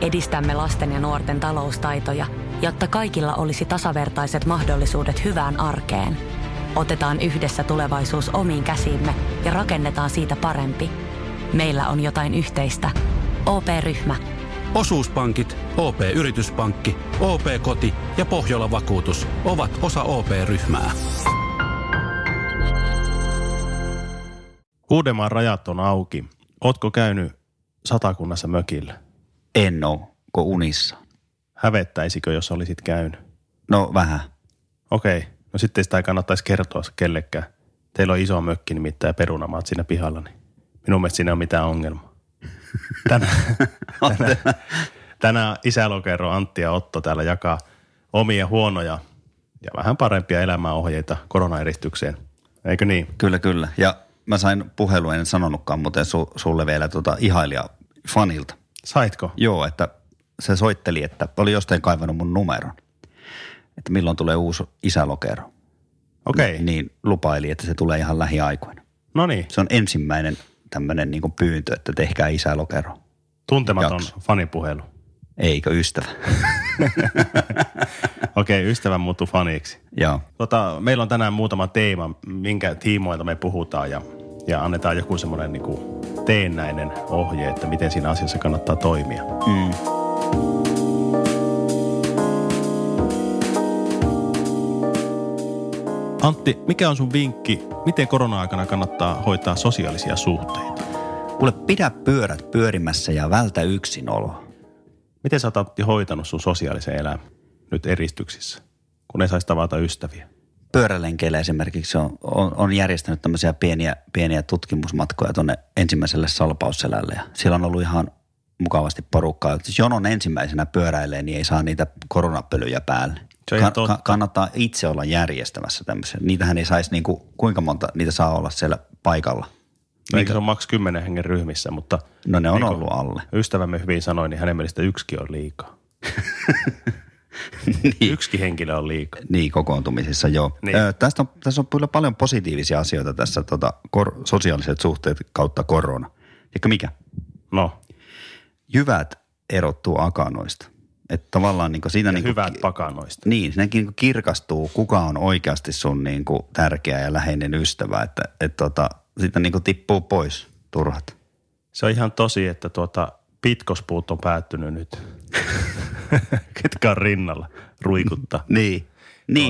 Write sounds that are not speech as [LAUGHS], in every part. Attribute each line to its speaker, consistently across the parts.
Speaker 1: Edistämme lasten ja nuorten taloustaitoja, jotta kaikilla olisi tasavertaiset mahdollisuudet hyvään arkeen. Otetaan yhdessä tulevaisuus omiin käsiimme ja rakennetaan siitä parempi. Meillä on jotain yhteistä. OP-ryhmä.
Speaker 2: Osuuspankit, OP-yrityspankki, OP-koti ja Pohjola Vakuutus ovat osa OP-ryhmää.
Speaker 3: Uudenmaan rajat on auki. Ootko käynyt satakunnassa mökillä?
Speaker 4: En oo, kun unissa.
Speaker 3: Hävettäisikö, jos olisit käynyt?
Speaker 4: No vähän.
Speaker 3: Okei, no sitten sitä ei kannattaisi kertoa kellekään. Teillä on iso mökki nimittäin ja perunamaat siinä pihalla, niin minun mielestä siinä ei ole mitään ongelmaa. Tänään, tänään, tänään isälokero Antti ja Otto täällä jakaa omia huonoja ja vähän parempia elämäohjeita koronaeristykseen. Eikö niin?
Speaker 4: Kyllä, kyllä. Ja mä sain puhelun, en sanonutkaan muuten su, sulle vielä tota ihailija fanilta.
Speaker 3: Saitko?
Speaker 4: Joo, että se soitteli, että oli jostain kaivannut mun numeron. Että milloin tulee uusi isälokero.
Speaker 3: Okei, okay.
Speaker 4: Niin lupaili, että se tulee ihan lähiaikoina.
Speaker 3: no niin.
Speaker 4: Se on ensimmäinen tämmöinen niinku pyyntö, että tehkää isälokero.
Speaker 3: Tuntematon
Speaker 4: jakso.
Speaker 3: fanipuhelu.
Speaker 4: Eikö ystävä? [LAUGHS]
Speaker 3: Okei, okay, ystävä muuttui faniksi.
Speaker 4: Joo.
Speaker 3: Tota, meillä on tänään muutama teema, minkä tiimoilta me puhutaan ja, ja annetaan joku semmoinen niin teennäinen ohje, että miten siinä asiassa kannattaa toimia.
Speaker 4: Mm.
Speaker 3: Antti, mikä on sun vinkki, miten korona-aikana kannattaa hoitaa sosiaalisia suhteita?
Speaker 4: Kuule, pidä pyörät pyörimässä ja vältä yksinoloa.
Speaker 3: Miten sä oot Antti, hoitanut sun sosiaalisen elämän nyt eristyksissä, kun ei saisi tavata ystäviä?
Speaker 4: pyörälenkeillä esimerkiksi on, on, on järjestänyt tämmöisiä pieniä, pieniä tutkimusmatkoja tuonne ensimmäiselle salpausselälle. Ja siellä on ollut ihan mukavasti porukkaa. Jos jonon ensimmäisenä pyöräilee, niin ei saa niitä koronapölyjä päälle.
Speaker 3: Se on ihan totta.
Speaker 4: kannattaa itse olla järjestämässä tämmöisiä. Niitähän ei saisi, niinku, kuinka monta niitä saa olla siellä paikalla.
Speaker 3: No Eikö se ole maks 10 hengen ryhmissä, mutta
Speaker 4: No ne on
Speaker 3: Eikö-
Speaker 4: ollut alle.
Speaker 3: Niin ystävämme hyvin sanoi, niin hänen mielestä yksikin on liikaa.
Speaker 4: [LAUGHS] niin.
Speaker 3: Yksikin henkilö on liikaa.
Speaker 4: Niin, kokoontumisissa, joo.
Speaker 3: Niin.
Speaker 4: Niin. Ö, tästä on, tässä on kyllä paljon positiivisia asioita tässä tota, kor, sosiaaliset suhteet kautta korona. Eikö mikä?
Speaker 3: No,
Speaker 4: Jyvät erottuu akanoista. Että tavallaan niin siinä niin,
Speaker 3: hyvät pakanoista.
Speaker 4: niin, siinäkin niin kirkastuu, kuka on oikeasti sun niin kuin, tärkeä ja läheinen ystävä. Että et, tota, siitä niin kuin, tippuu pois turhat.
Speaker 3: Se on ihan tosi, että tuota, pitkospuut on päättynyt nyt. [LAUGHS] Ketkä on rinnalla ruikuttaa.
Speaker 4: Niin, niin,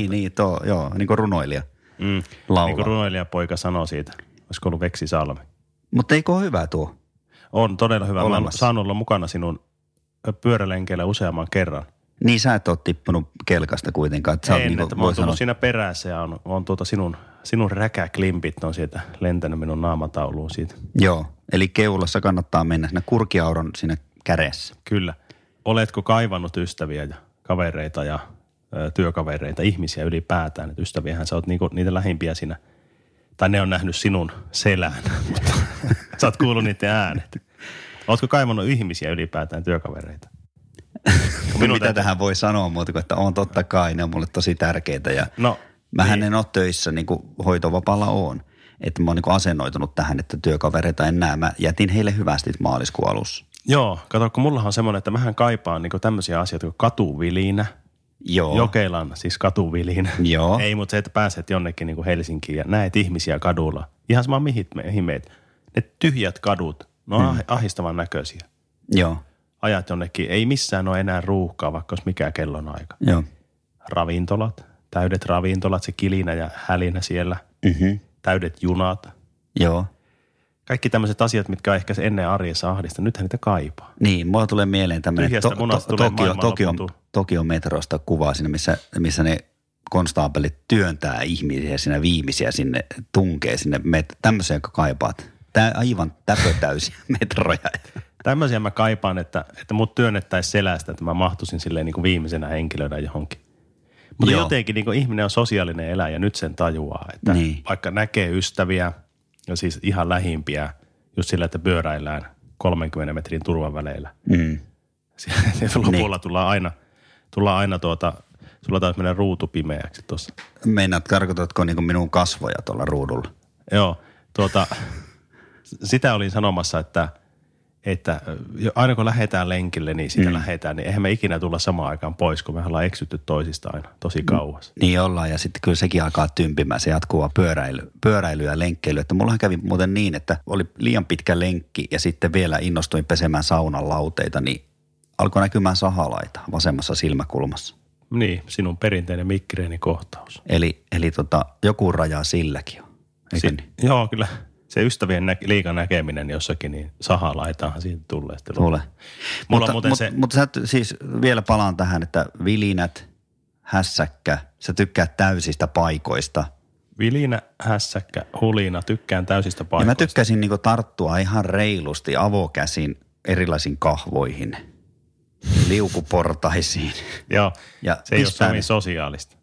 Speaker 3: Tuota.
Speaker 4: niin tuo, joo, niin kuin runoilija
Speaker 3: Mm.
Speaker 4: laulaa.
Speaker 3: Niin
Speaker 4: Niin
Speaker 3: kuin runoilijapoika sanoi siitä, olisiko ollut Veksi Salmi.
Speaker 4: Mutta eikö ole hyvä tuo?
Speaker 3: On todella hyvä. Mä oon
Speaker 4: Olemassa.
Speaker 3: saanut olla mukana sinun pyörälenkeillä useamman kerran.
Speaker 4: Niin sä et ole tippunut kelkasta kuitenkaan. Että sä oot
Speaker 3: en,
Speaker 4: niin kuin,
Speaker 3: että mä oon tullut siinä perässä ja on, on tuota sinun, sinun räkäklimpit on sieltä lentänyt minun naamatauluun siitä.
Speaker 4: Joo, eli keulassa kannattaa mennä siinä kurkiauron siinä kädessä.
Speaker 3: Kyllä. Oletko kaivannut ystäviä ja kavereita ja ö, työkavereita, ihmisiä ylipäätään? Et ystäviähän sä oot niinku, niitä lähimpiä sinä, tai ne on nähnyt sinun selän, [LAUGHS] mutta sä oot kuullut niiden äänet. Ootko kaivannut ihmisiä ylipäätään, työkavereita?
Speaker 4: Minun Mitä tähän voi sanoa muuta kuin, että on totta kai, ne on mulle tosi tärkeitä ja
Speaker 3: No,
Speaker 4: mähän niin. en ole töissä niin kuin hoitovapaalla on. Että mä oon niin asennoitunut tähän, että työkavereita en näe. Mä jätin heille hyvästit maaliskuun alussa.
Speaker 3: Joo, kato, kun mullahan on semmoinen, että mähän kaipaan niinku tämmöisiä asioita kuin katuvilinä.
Speaker 4: Joo,
Speaker 3: Jokelan, siis katuvilinä.
Speaker 4: Joo.
Speaker 3: Ei, mutta se, että pääset jonnekin niinku Helsinkiin ja näet ihmisiä kadulla. Ihan sama mihin me, mihin meet. Ne tyhjät kadut, ne on hmm. ahistavan näköisiä.
Speaker 4: joo,
Speaker 3: Ajat jonnekin, ei missään ole enää ruuhkaa, vaikka olisi mikä kellonaika.
Speaker 4: joo.
Speaker 3: Ravintolat, täydet ravintolat, se kilinä ja hälinä siellä.
Speaker 4: Mm-hmm.
Speaker 3: Täydet junat.
Speaker 4: Joo.
Speaker 3: Kaikki tämmöiset asiat, mitkä on ehkä se ennen arjessa ahdista, nythän niitä kaipaa.
Speaker 4: Niin, mulla tulee mieleen tämmöinen
Speaker 3: Tyhjästä munasta tulee
Speaker 4: Tokio,
Speaker 3: maailmanloppu
Speaker 4: Tokio,
Speaker 3: tuu.
Speaker 4: Tokio metrosta kuva siinä, missä, missä ne konstaapelit työntää ihmisiä sinä viimeisiä sinne, tunkee sinne met- tämmöiseen, jonka kaipaat. Tää aivan täpötäysiä [LAUGHS] metroja.
Speaker 3: Tämmöisiä mä kaipaan, että, että mut työnnettäisiin selästä, että mä mahtuisin silleen niin kuin viimeisenä henkilönä johonkin. Mutta Joo.
Speaker 4: Joo.
Speaker 3: jotenkin niin kuin ihminen on sosiaalinen eläjä, nyt sen tajuaa, että niin.
Speaker 4: Niin.
Speaker 3: vaikka näkee ystäviä ja siis ihan lähimpiä just sillä, että pyöräillään 30 metrin turvaväleillä.
Speaker 4: Mm.
Speaker 3: [LAUGHS] Siellä lopulla tullaan aina, tullaan aina tuota, sulla taas menee ruutu pimeäksi tuossa.
Speaker 4: Meinaat, tarkoitatko niin minun kasvoja tuolla ruudulla?
Speaker 3: Joo, tuota, s- sitä olin sanomassa, että, että jo- aina kun lähdetään lenkille, niin sitä mm. lähdetään, niin eihän me ikinä tulla samaan aikaan pois, kun me ollaan eksytty toisista aina tosi kauas.
Speaker 4: Niin ollaan ja sitten kyllä sekin alkaa tympimään se jatkuva pyöräily, pyöräily ja lenkkeily. Että mullahan kävi muuten niin, että oli liian pitkä lenkki ja sitten vielä innostuin pesemään saunan lauteita, niin alkoi näkymään sahalaita vasemmassa silmäkulmassa.
Speaker 3: Niin, sinun perinteinen migreenikohtaus.
Speaker 4: Eli, eli tota, joku raja silläkin on. Eikö
Speaker 3: Si-
Speaker 4: niin?
Speaker 3: joo, kyllä. Se ystävien nä- liikan näkeminen jossakin, niin saha laitaanhan siitä tulee. sitten lopulta.
Speaker 4: Tule.
Speaker 3: Mulla
Speaker 4: mutta,
Speaker 3: on muuten
Speaker 4: mut-
Speaker 3: se-
Speaker 4: Mutta sä t- siis vielä palaan tähän, että vilinät, hässäkkä, sä tykkäät täysistä paikoista.
Speaker 3: Vilinä, hässäkkä, hulina, tykkään täysistä
Speaker 4: Ja mä
Speaker 3: paikoista.
Speaker 4: tykkäsin niinku tarttua ihan reilusti avokäsin erilaisiin kahvoihin, liukuportaisiin.
Speaker 3: joo,
Speaker 4: Ja
Speaker 3: se ei ole
Speaker 4: pistää
Speaker 3: Sami
Speaker 4: ne.
Speaker 3: sosiaalista.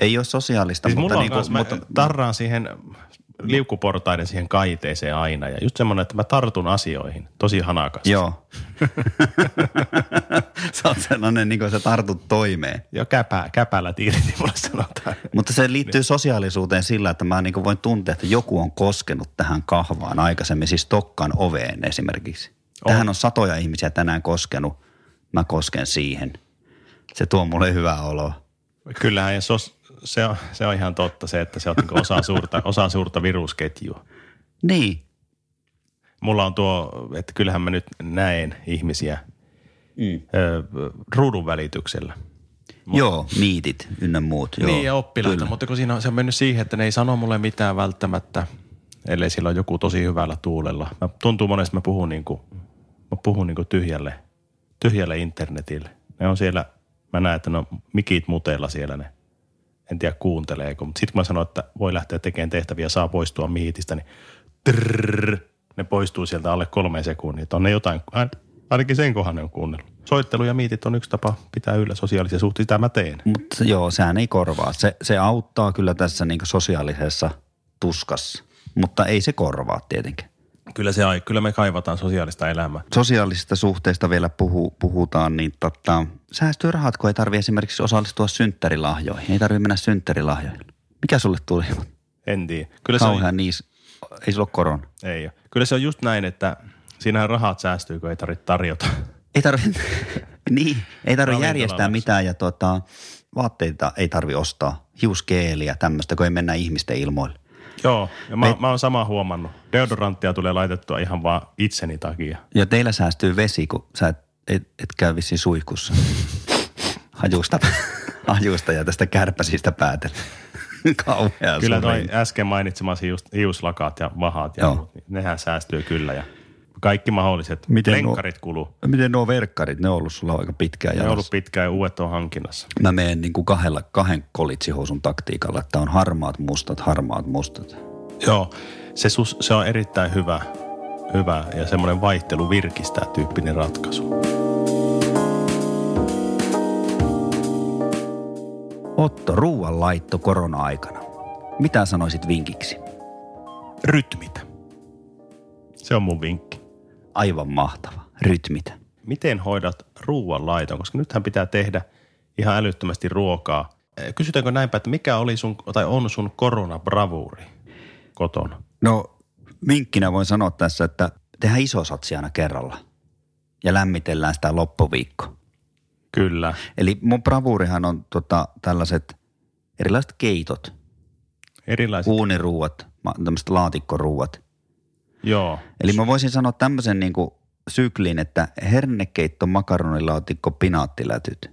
Speaker 4: Ei ole sosiaalista,
Speaker 3: Siis
Speaker 4: mutta,
Speaker 3: mulla on
Speaker 4: niinku,
Speaker 3: kans, mä
Speaker 4: mutta
Speaker 3: tarraan siihen liukuportaiden siihen kaiteeseen aina. Ja just semmoinen, että mä tartun asioihin tosi hanakasti.
Speaker 4: joo. [LAUGHS] sä oot sellainen, niin kuin sä tartut toimeen.
Speaker 3: Ja käpä, käpällä irti mulle sanotaan.
Speaker 4: Mutta se liittyy sosiaalisuuteen sillä, että mä niin voin tuntea, että joku on koskenut tähän kahvaan aikaisemmin, siis Tokkan oveen esimerkiksi. On. Tähän on satoja ihmisiä tänään koskenut, mä kosken siihen. Se tuo mulle hyvää oloa.
Speaker 3: Kyllähän ja sos, se, on, se on ihan totta se, että se on niinku osa, suurta, osa suurta virusketjua.
Speaker 4: Niin,
Speaker 3: Mulla on tuo, että kyllähän mä nyt näen ihmisiä mm. ö, ruudun välityksellä.
Speaker 4: joo, miitit ynnä muut. Joo.
Speaker 3: Joo, niin ja oppilaita, kyllä. mutta kun siinä on, se on mennyt siihen, että ne ei sano mulle mitään välttämättä, ellei sillä on joku tosi hyvällä tuulella. Mä, tuntuu monesti, mä puhun, niin kuin, mä puhun niin kuin tyhjälle, tyhjälle internetille. Ne on siellä, mä näen, että ne on mikit muteilla siellä ne. En tiedä kuunteleeko, mutta sitten kun mä sanon, että voi lähteä tekemään tehtäviä, saa poistua miitistä, niin trrr, ne poistuu sieltä alle kolme sekunnia. On ne jotain, ain- ainakin sen kohan ne on kuunnellut. Soittelu ja miitit on yksi tapa pitää yllä sosiaalisia suhteita, sitä mä teen.
Speaker 4: Mutta joo, sehän ei korvaa. Se, se auttaa kyllä tässä niin sosiaalisessa tuskassa, mutta ei se korvaa tietenkään.
Speaker 3: Kyllä, se, ai- kyllä me kaivataan sosiaalista elämää.
Speaker 4: sosiaalisista suhteista vielä puhu, puhutaan, niin tota, säästyy rahat, kun ei tarvi esimerkiksi osallistua synttärilahjoihin. Ei tarvi mennä synttärilahjoihin. Mikä sulle tuli?
Speaker 3: En tiedä. Kyllä se, on,
Speaker 4: Kauhean niis. Ei sulla ole korona.
Speaker 3: ei ole. Kyllä se on just näin, että siinähän rahat säästyy, kun ei tarvitse tarjota. [LAUGHS]
Speaker 4: Ei tarvi, [LAUGHS] niin, ei tarvi
Speaker 3: Ravintolavaksi.
Speaker 4: järjestää mitään ja tota, vaatteita ei tarvi ostaa. Hiuskeeliä tämmöistä, kun ei mennä ihmisten ilmoille.
Speaker 3: Joo, ja mä, mä oon sama huomannut. Deodoranttia tulee laitettua ihan vaan itseni takia.
Speaker 4: Ja teillä säästyy vesi, kun sä et, et, et käy vissiin suihkussa.
Speaker 3: [LAUGHS]
Speaker 4: Hajusta, hajusta ja tästä kärpäsistä päätellä. Kauhea
Speaker 3: Kyllä
Speaker 4: suuri.
Speaker 3: toi äsken mainitsemasi just hiuslakaat ja vahat ja
Speaker 4: niin. Joo.
Speaker 3: muut, niin nehän säästyy kyllä ja kaikki mahdolliset
Speaker 4: Miten nuo-
Speaker 3: lenkkarit kuluu.
Speaker 4: Miten nuo verkkarit, ne on ollut sulla aika pitkään
Speaker 3: Ne on
Speaker 4: jalassa.
Speaker 3: ollut pitkään ja uudet on hankinnassa.
Speaker 4: Mä menen niin kuin kahdella, kahden kolitsihousun taktiikalla, että on harmaat mustat, harmaat mustat.
Speaker 3: Joo, se, sus, se on erittäin hyvä, hyvä ja semmoinen vaihtelu virkistää tyyppinen ratkaisu.
Speaker 4: Otto, ruuan laitto korona-aikana. Mitä sanoisit vinkiksi?
Speaker 3: rytmitä. Se on mun vinkki.
Speaker 4: Aivan mahtava. Rytmitä.
Speaker 3: Miten hoidat ruoan laiton? Koska nythän pitää tehdä ihan älyttömästi ruokaa. Eh, Kysytäänkö näinpä, että mikä oli sun, tai on sun koronabravuuri kotona?
Speaker 4: No vinkkinä voin sanoa tässä, että tehdään iso satsi aina kerralla ja lämmitellään sitä loppuviikko.
Speaker 3: Kyllä.
Speaker 4: Eli mun bravuurihan on tota, tällaiset erilaiset keitot,
Speaker 3: Erilaiset. U-
Speaker 4: uuniruuat, ma- tämmöiset laatikkoruuat –
Speaker 3: Joo.
Speaker 4: Eli mä voisin sanoa tämmöisen niin kuin syklin, että hernekeitto, makaronilaatikko, pinaattilätyt.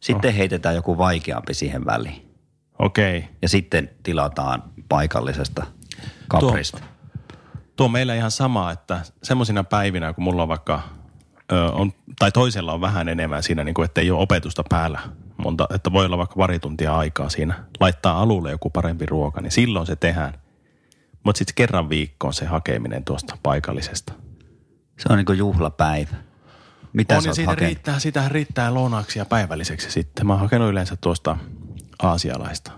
Speaker 4: Sitten oh. heitetään joku vaikeampi siihen väliin.
Speaker 3: Okei.
Speaker 4: Ja sitten tilataan paikallisesta kaprista. Tuo.
Speaker 3: Tuo on meillä ihan sama, että semmoisina päivinä, kun mulla on vaikka, ö, on, tai toisella on vähän enemmän siinä, niin kuin, että ei ole opetusta päällä, monta, että voi olla vaikka pari tuntia aikaa siinä, laittaa alulle joku parempi ruoka, niin silloin se tehdään. Mutta sitten kerran viikkoon se hakeminen tuosta paikallisesta.
Speaker 4: Se on niin kuin juhlapäivä. Mitä
Speaker 3: On,
Speaker 4: sä
Speaker 3: niin
Speaker 4: oot
Speaker 3: siitä
Speaker 4: hakenut?
Speaker 3: riittää, sitä riittää lounaksi ja päivälliseksi sitten. Mä oon hakenut yleensä tuosta aasialaista.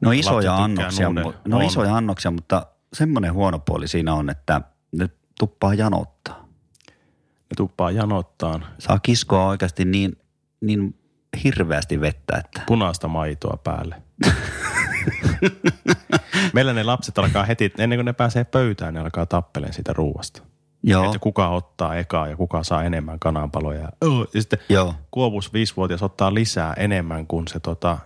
Speaker 4: No isoja
Speaker 3: tykkää
Speaker 4: annoksia,
Speaker 3: nuudel-
Speaker 4: mu- no
Speaker 3: on.
Speaker 4: isoja annoksia, mutta semmoinen huono puoli siinä on, että ne tuppaa janottaa.
Speaker 3: Ne tuppaa janottaan
Speaker 4: Saa kiskoa oikeasti niin, niin hirveästi vettä, että
Speaker 3: punaista maitoa päälle. [LAUGHS] Meillä ne lapset alkaa heti, ennen kuin ne pääsee pöytään, ne alkaa tappeleen siitä ruuasta.
Speaker 4: Joo,
Speaker 3: Että kuka ottaa ekaa ja kuka saa enemmän kananpaloja. Öö, Ja sitten
Speaker 4: joo,
Speaker 3: Kuopus viisivuotias ottaa lisää enemmän kuin se tota,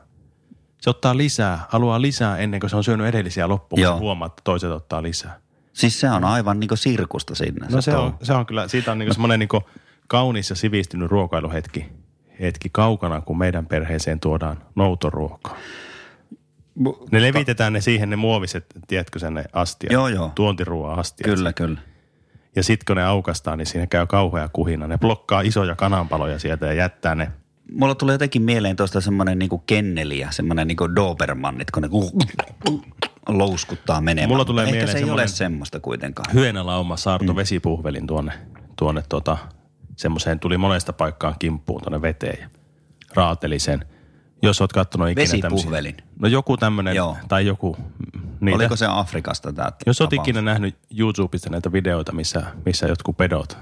Speaker 3: se ottaa lisää, haluaa lisää ennen kuin se on syönyt edellisiä loppuun,
Speaker 4: Joo.
Speaker 3: kun huomaa, että toiset ottaa lisää.
Speaker 4: siis se on aivan niinku sirkusta sinne.
Speaker 3: No se
Speaker 4: touhu.
Speaker 3: on, se on kyllä, siitä on niinku semmoinen niinku kaunis ja sivistynyt ruokailuhetki hetki kaukana, kun meidän perheeseen tuodaan noutoruokaa. Ne levitetään ne siihen ne muoviset, tiedätkö sen ne astiat,
Speaker 4: Joo, joo.
Speaker 3: tuontiruoan astiat.
Speaker 4: Kyllä, kyllä.
Speaker 3: Ja sit kun ne aukastaa, niin siinä käy kauhea kuhina. Ne blokkaa isoja kananpaloja sieltä ja jättää ne.
Speaker 4: Mulla tulee jotenkin mieleen tuosta semmoinen niinku kenneliä, semmoinen niinku dobermannit, kun ne louskuttaa menemään.
Speaker 3: Mulla tulee
Speaker 4: Ehkä
Speaker 3: mieleen
Speaker 4: se ei
Speaker 3: semmoinen-
Speaker 4: ole semmoista kuitenkaan.
Speaker 3: Hyönälauma saarto mm. vesipuhvelin tuonne, tuonne tota, semmoiseen tuli monesta paikkaan kimppuun tuonne veteen ja raateli sen. Jos oot kattonut ikinä
Speaker 4: Vesipuhvelin.
Speaker 3: tämmösiä- No joku tämmönen,
Speaker 4: Joo.
Speaker 3: tai joku. mm, Niitä.
Speaker 4: Oliko se Afrikasta tämä
Speaker 3: Jos oot ikinä nähnyt YouTubesta näitä videoita, missä, missä jotkut pedot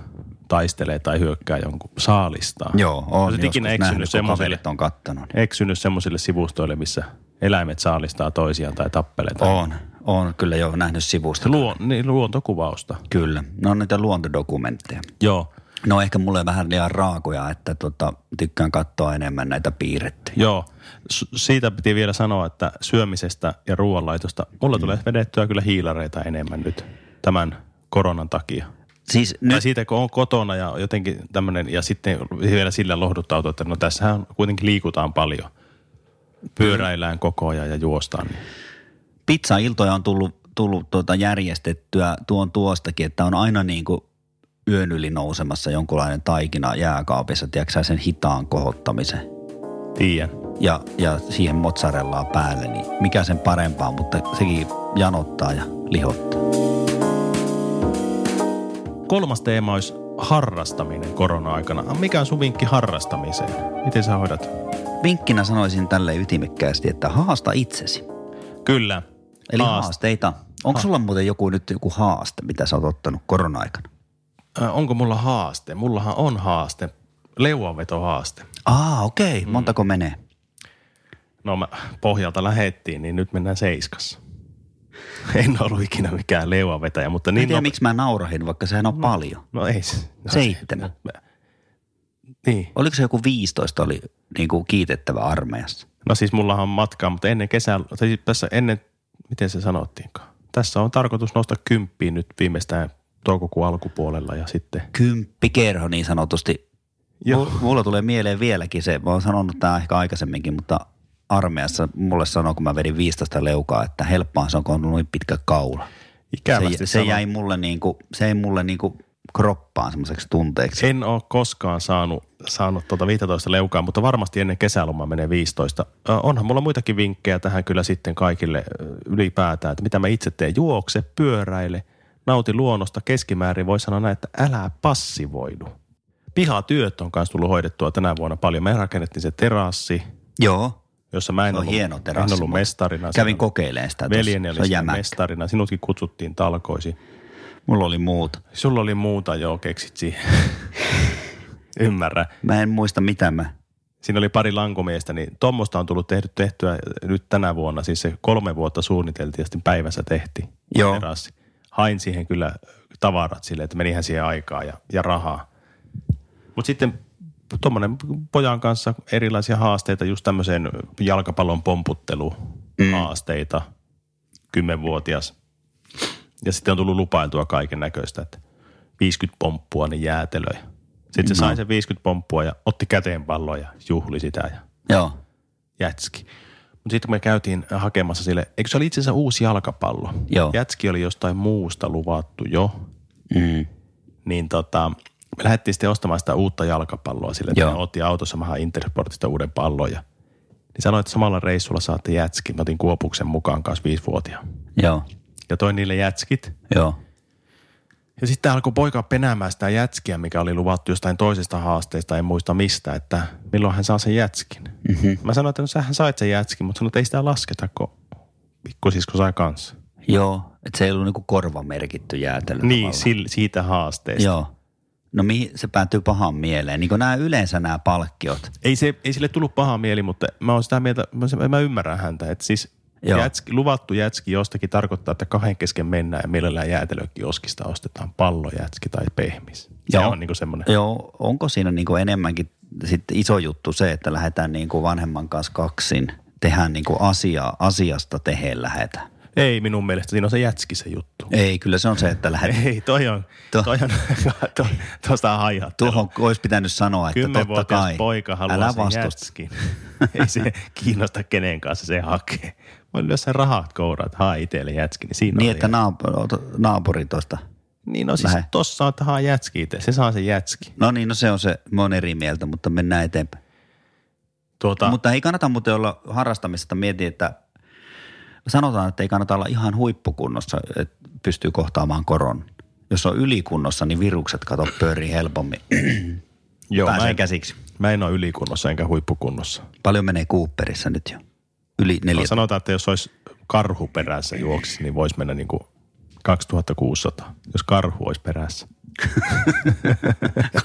Speaker 3: taistelee tai hyökkää jonkun saalistaa.
Speaker 4: Joo, on
Speaker 3: Oot
Speaker 4: joskus
Speaker 3: ikinä
Speaker 4: nähnyt,
Speaker 3: eksynyt
Speaker 4: kun
Speaker 3: semmoiselle,
Speaker 4: kaverit on kattanut.
Speaker 3: eksynyt semmoisille sivustoille, missä eläimet saalistaa toisiaan tai tappelee. Tai
Speaker 4: On, on kyllä jo nähnyt sivusta.
Speaker 3: Luon, niin, luontokuvausta.
Speaker 4: Kyllä, ne on niitä luontodokumentteja.
Speaker 3: Joo.
Speaker 4: No ehkä mulle vähän liian raakoja, että tota, tykkään katsoa enemmän näitä piirrettyjä.
Speaker 3: Joo, S- siitä piti vielä sanoa, että syömisestä ja ruoanlaitosta, mulla
Speaker 4: Mm.
Speaker 3: tulee vedettyä kyllä hiilareita enemmän nyt tämän koronan takia.
Speaker 4: Siis
Speaker 3: Nyt.
Speaker 4: nyt,
Speaker 3: Tai siitä, kun on kotona ja jotenkin tämmöinen, ja sitten vielä sillä lohduttautuu, että no tässähän kuitenkin liikutaan paljon. Pyöräillään koko ajan ja juostaan. Niin.
Speaker 4: pizzailtoja on tullut, tullut tuota järjestettyä tuon tuostakin, että on aina niin kuin yön yli nousemassa jonkunlainen taikina jääkaapissa, tiedätkö sä, sen hitaan kohottamisen
Speaker 3: Tiedän.
Speaker 4: ja, ja siihen mozzarellaa päälle, niin mikä sen parempaa, mutta sekin janottaa ja lihottaa.
Speaker 3: Kolmas teema olisi harrastaminen korona-aikana. Mikä on sun vinkki harrastamiseen? Miten sä hoidat?
Speaker 4: Vinkkinä sanoisin tälle ytimekkäästi, että haasta itsesi.
Speaker 3: Kyllä.
Speaker 4: Eli
Speaker 3: Haast-
Speaker 4: haasteita. Onko sulla muuten joku nyt joku haaste, mitä sä oot ottanut korona-aikana?
Speaker 3: Ö, Äh, Onko mulla haaste? Mullahan on haaste. Leuanvetohaaste.
Speaker 4: Aa, okei. Okay. Montako menee?
Speaker 3: No mä pohjalta lähettiin, niin nyt mennään seiskassa. [LAUGHS] En ollut ikinä mikään leuanvetäjä, mutta
Speaker 4: Niin Mm. en
Speaker 3: niin...
Speaker 4: tiedä,
Speaker 3: nope-
Speaker 4: miksi mä naurahin, vaikka sehän on paljon.
Speaker 3: No ei se. No,
Speaker 4: Seitsemän.
Speaker 3: se- Niin.
Speaker 4: Oliko se joku 15 oli niin kuin kiitettävä armeijassa?
Speaker 3: No siis mullahan on matkaa, mutta ennen kesää, tai siis tässä ennen, miten se sanottiinkaan? Tässä on tarkoitus nousta kymppiin nyt viimeistään toukokuun alkupuolella ja sitten...
Speaker 4: Kymppikerho niin sanotusti.
Speaker 3: Joo.
Speaker 4: M- mulla tulee mieleen vieläkin se, mä oon sanonut tämä ehkä aikaisemminkin, mutta armeijassa mulle sanoi, kun mä vedin 15 leukaa, että helppoa se on, kun on noin pitkä kaula.
Speaker 3: Ikävästi
Speaker 4: Se, se,
Speaker 3: sanon.
Speaker 4: jäi mulle niin kuin, se ei mulle niin kuin kroppaan semmoiseksi tunteeksi.
Speaker 3: En ole koskaan saanut, saanut tuota 15 leukaa, mutta varmasti ennen kesälomaa menee 15. Ö, onhan mulla muitakin vinkkejä tähän kyllä sitten kaikille ö, ylipäätään, että mitä mä itse teen. Juokse, pyöräile, nauti luonnosta. Keskimäärin voi sanoa näin, että älä passivoidu. Pihatyöt on myös tullut hoidettua tänä vuonna paljon. Me rakennettiin se terassi,
Speaker 4: Joo,
Speaker 3: jossa mä en,
Speaker 4: se on
Speaker 3: ollut,
Speaker 4: hieno
Speaker 3: en
Speaker 4: terassi.
Speaker 3: ollut
Speaker 4: mutta
Speaker 3: mestarina.
Speaker 4: Kävin
Speaker 3: Siinä
Speaker 4: kokeilemaan sitä. tuossa.
Speaker 3: Veljeni
Speaker 4: se
Speaker 3: oli
Speaker 4: on
Speaker 3: siinä
Speaker 4: jämäkkä.
Speaker 3: mestarina. Sinutkin kutsuttiin talkoisiin.
Speaker 4: Mulla oli muuta.
Speaker 3: Sulla oli muuta, joo, keksit siihen.
Speaker 4: [LAUGHS]
Speaker 3: Ymmärrän.
Speaker 4: Mä en muista mitä mä.
Speaker 3: siinä oli pari lankomiestä, niin tuommoista on tullut tehty, tehtyä nyt tänä vuonna. Siis se kolme vuotta suunniteltiin ja sitten päivässä tehtiin.
Speaker 4: Joo.
Speaker 3: Terassi. Hain siihen kyllä tavarat sille, että menihän siihen aikaa ja, ja rahaa. Mutta sitten tuommoinen pojan kanssa erilaisia haasteita, just tämmöiseen jalkapallon pomputteluhaasteita, kymmenvuotias. Ja sitten on tullut lupailtua kaiken näköistä, että 50 pomppua, niin jäätelöjä. Sitten se sai
Speaker 4: Mm.
Speaker 3: sen 50 pomppua ja otti käteen pallon ja juhli sitä ja
Speaker 4: Joo.
Speaker 3: jätski. Mutta sitten kun me käytiin hakemassa sille, eikö se oli itse asiassa uusi jalkapallo?
Speaker 4: Joo.
Speaker 3: Jätski oli jostain muusta luvattu jo
Speaker 4: Mm.
Speaker 3: niin tota, me lähdettiin sitten ostamaan sitä uutta jalkapalloa sille, että
Speaker 4: Joo.
Speaker 3: me otti autossa, mä hain Intersportista uuden pallon ja niin sanoin, että samalla reissulla saatte jätskin. Mä otin Kuopuksen mukaan kanssa viisivuotiaan.
Speaker 4: Joo.
Speaker 3: Ja toin niille jätskit.
Speaker 4: Joo.
Speaker 3: Ja sitten alkoi poika penäämään sitä jätskiä, mikä oli luvattu jostain toisesta haasteesta, en muista mistä, että milloin hän saa sen jätskin.
Speaker 4: Mhm.
Speaker 3: Mm-hmm. Mä sanoin, että no sähän sait sen jätskin, mutta sanoin, että ei sitä lasketa, kun pikkusisko sai kanssa.
Speaker 4: Niin, Joo. Et se ei ollut niinku korvamerkitty jäätelö.
Speaker 3: Niin, siis-
Speaker 4: tavallaan.
Speaker 3: sil- siitä haasteesta.
Speaker 4: Joo. No mihin se päätyy pahan mieleen. Niin kuin nämä yleensä nämä palkkiot.
Speaker 3: Ei, se, ei sille tullut paha mieli, mutta mä oon sitä mieltä, mä, mä ymmärrän häntä, että siis
Speaker 4: Joo.
Speaker 3: Jätski, luvattu jätski jostakin tarkoittaa, että kahden kesken mennään ja mielellään jäätelökioskista ostetaan pallojätski tai pehmis. Se
Speaker 4: Joo.
Speaker 3: on niin semmoinen.
Speaker 4: Joo, onko siinä niin kuin enemmänkin sitten iso juttu se, että lähdetään niin kuin vanhemman kanssa kaksin, tehdään niin kuin asiaa, asiasta teheen lähetä.
Speaker 3: Ei minun mielestä, siinä on se jätski se juttu.
Speaker 4: Ei, kyllä se on se, että lähdetään.
Speaker 3: Ei, toi on,
Speaker 4: Tuo-
Speaker 3: toi on,
Speaker 4: [LAUGHS]
Speaker 3: to, tuosta on haihattelu.
Speaker 4: Tuohon olisi pitänyt sanoa, että totta
Speaker 3: Kymmenvuotias
Speaker 4: kai.
Speaker 3: poika haluaa
Speaker 4: älä
Speaker 3: sen
Speaker 4: vastusta. [LAUGHS]
Speaker 3: jätskin. [LAUGHS] Ei se kiinnosta kenen kanssa se hakee. Voi lyödä sen rahat kouraat, hae itselle jätski, niin siinä
Speaker 4: Niin,
Speaker 3: on se
Speaker 4: että naapuri, naapuri tuosta.
Speaker 3: Niin no siis
Speaker 4: Lähe.
Speaker 3: tossa on, että haa jätski itse. Se saa se jätski.
Speaker 4: No niin, no se on se, mä oon eri mieltä, mutta mennään eteenpäin.
Speaker 3: Tuota, Mut,
Speaker 4: Mutta ei kannata muuten olla harrastamista, mieti, että sanotaan, että ei kannata olla ihan huippukunnossa, että pystyy kohtaamaan koron. Jos on ylikunnossa, niin virukset kato pöörii helpommin.
Speaker 3: joo,
Speaker 4: Pääsee
Speaker 3: mä, en,
Speaker 4: käsiksi.
Speaker 3: mä en ole ylikunnossa enkä huippukunnossa.
Speaker 4: Paljon menee Cooperissa nyt jo. Yli neljä.
Speaker 3: No,
Speaker 4: [LAUGHS]
Speaker 3: sanotaan, että jos olisi karhu perässä juoksisi, niin voisi mennä niinku 2600, jos karhu olisi perässä.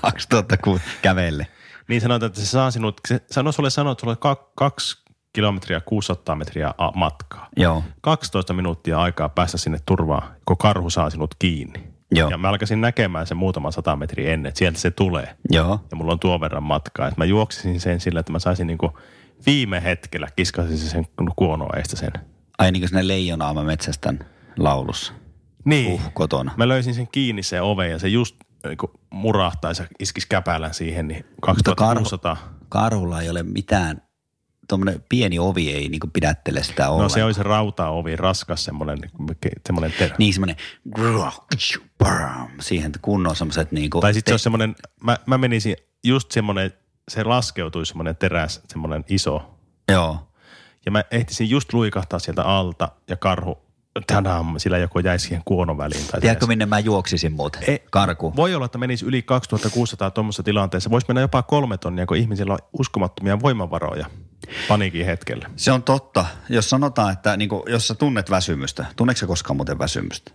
Speaker 4: 2006 kävelle.
Speaker 3: Niin sanotaan, että se saa sinut, se sanoo sulle sanoo, että sulla on 2 kilometriä 600 metriä a- matkaa.
Speaker 4: Joo.
Speaker 3: 12 minuuttia aikaa päästä sinne turvaan, kun karhu saa sinut kiinni.
Speaker 4: Joo.
Speaker 3: Ja mä alkaisin näkemään sen muutaman sata metriä ennen, että sieltä se tulee.
Speaker 4: Joo.
Speaker 3: ja mulla on tuon verran matkaa. Että mä juoksisin sen sillä, että mä saisin niinku viime hetkellä kiskasin sen kuonoeista sen.
Speaker 4: Ai niin kuin sinne leijonaa mä metsästän laulussa.
Speaker 3: Niin.
Speaker 4: Uh, kotona.
Speaker 3: Mä löysin sen kiinni se ove ja se just niinku murahtaisi ja iskisi käpälän siihen, niin
Speaker 4: Mutta karhu,
Speaker 3: 2600.
Speaker 4: karhulla ei ole mitään, tuommoinen pieni ovi ei niin kuin pidättele sitä
Speaker 3: No
Speaker 4: ollenkaan.
Speaker 3: se olisi rautaovi, raskas semmoinen, semmoinen terä. Niin.
Speaker 4: Niin semmoinen siihen kunnon semmoiset niinku.
Speaker 3: Tai sitten se olisi semmoinen, mä, mä menisin just semmoinen, se laskeutui semmoinen teräs, semmoinen iso.
Speaker 4: Joo.
Speaker 3: Ja mä ehtisin just luikahtaa sieltä alta ja karhu, tänään sillä joko jäisi siihen kuonon väliin. Tai
Speaker 4: Tiedätkö minne mä juoksisin muuten?
Speaker 3: E-
Speaker 4: Karku.
Speaker 3: Voi olla, että menisi yli 2600 tuommoisessa tilanteessa. Voisi mennä jopa kolme tonnia, kun ihmisillä on uskomattomia voimavaroja paniikin hetkellä.
Speaker 4: Se on totta. Jos sanotaan, että niinku, jos sä tunnet väsymystä, tunneeko sä koskaan muuten väsymystä?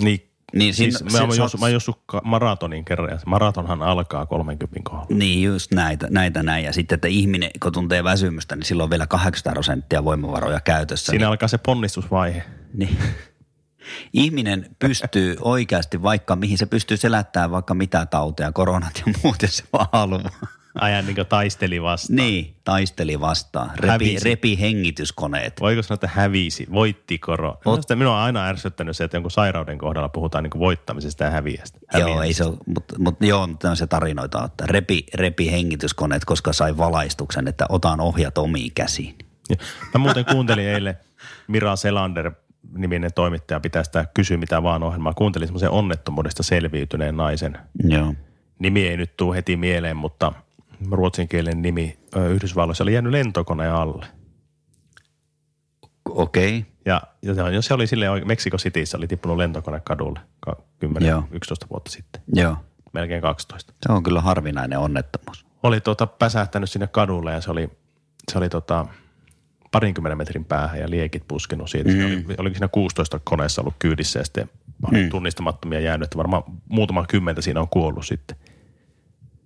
Speaker 3: Niin,
Speaker 4: Niin,
Speaker 3: siis
Speaker 4: siinä-
Speaker 3: mä,
Speaker 4: se-
Speaker 3: oon
Speaker 4: sä
Speaker 3: jos,
Speaker 4: oot-
Speaker 3: mä oon jossut ka- maratonin kerran ja se maratonhan alkaa 30 kohdalla.
Speaker 4: Niin, just näitä, näitä näin. Ja sitten, että ihminen, kun tuntee väsymystä, niin silloin on vielä 800 prosenttia voimavaroja käytössä.
Speaker 3: Siinä alkaa se ponnistusvaihe.
Speaker 4: Niin. Ihminen pystyy oikeasti vaikka mihin, se pystyy selättämään vaikka mitä tauteja, koronat ja muut, jos se vaan haluaa.
Speaker 3: Ajan niin taisteli vastaan.
Speaker 4: Niin, taisteli vastaan, repi,
Speaker 3: Hävisi.
Speaker 4: repi hengityskoneet.
Speaker 3: Voiko sanoa, että hävisi, voitti koro?
Speaker 4: Ot-
Speaker 3: Ot- minua on aina ärsyttänyt se, että jonkun sairauden kohdalla puhutaan niin voittamisesta ja häviästä.
Speaker 4: Joo, ei se ole, mutta mut, joo, mutta on se tarinoita, että repi, repi hengityskoneet, koska sai valaistuksen, että otan ohjat omiin käsiin.
Speaker 3: Ja Mä muuten kuuntelin eilen Mira Selander niminen toimittaja pitää sitä kysy mitä vaan ohjelmaa. Kuuntelin semmoisen onnettomuudesta selviytyneen naisen.
Speaker 4: Joo.
Speaker 3: Nimi ei nyt tule heti mieleen, mutta ruotsinkielinen nimi ö, Yhdysvalloissa oli jäänyt lentokoneen alle.
Speaker 4: Okei, okay.
Speaker 3: Ja, ja se, on- jos se oli silleen oikein, Meksiko Cityssä oli tippunut lentokone kadulle ka- 10,
Speaker 4: Joo.
Speaker 3: 11 vuotta sitten,
Speaker 4: joo.
Speaker 3: melkein 12.
Speaker 4: Se on kyllä harvinainen onnettomuus.
Speaker 3: Oli tota, päsähtänyt sinne kadulle ja se oli, se oli tota, parinkymmenen metrin päähän ja liekit puskenut siitä. Mm. Oli, oliko siinä 16 koneessa ollut kyydissä ja sitten oli
Speaker 4: Mm.
Speaker 3: tunnistamattomia jäänyt, että varmaan muutama kymmentä siinä on kuollut sitten.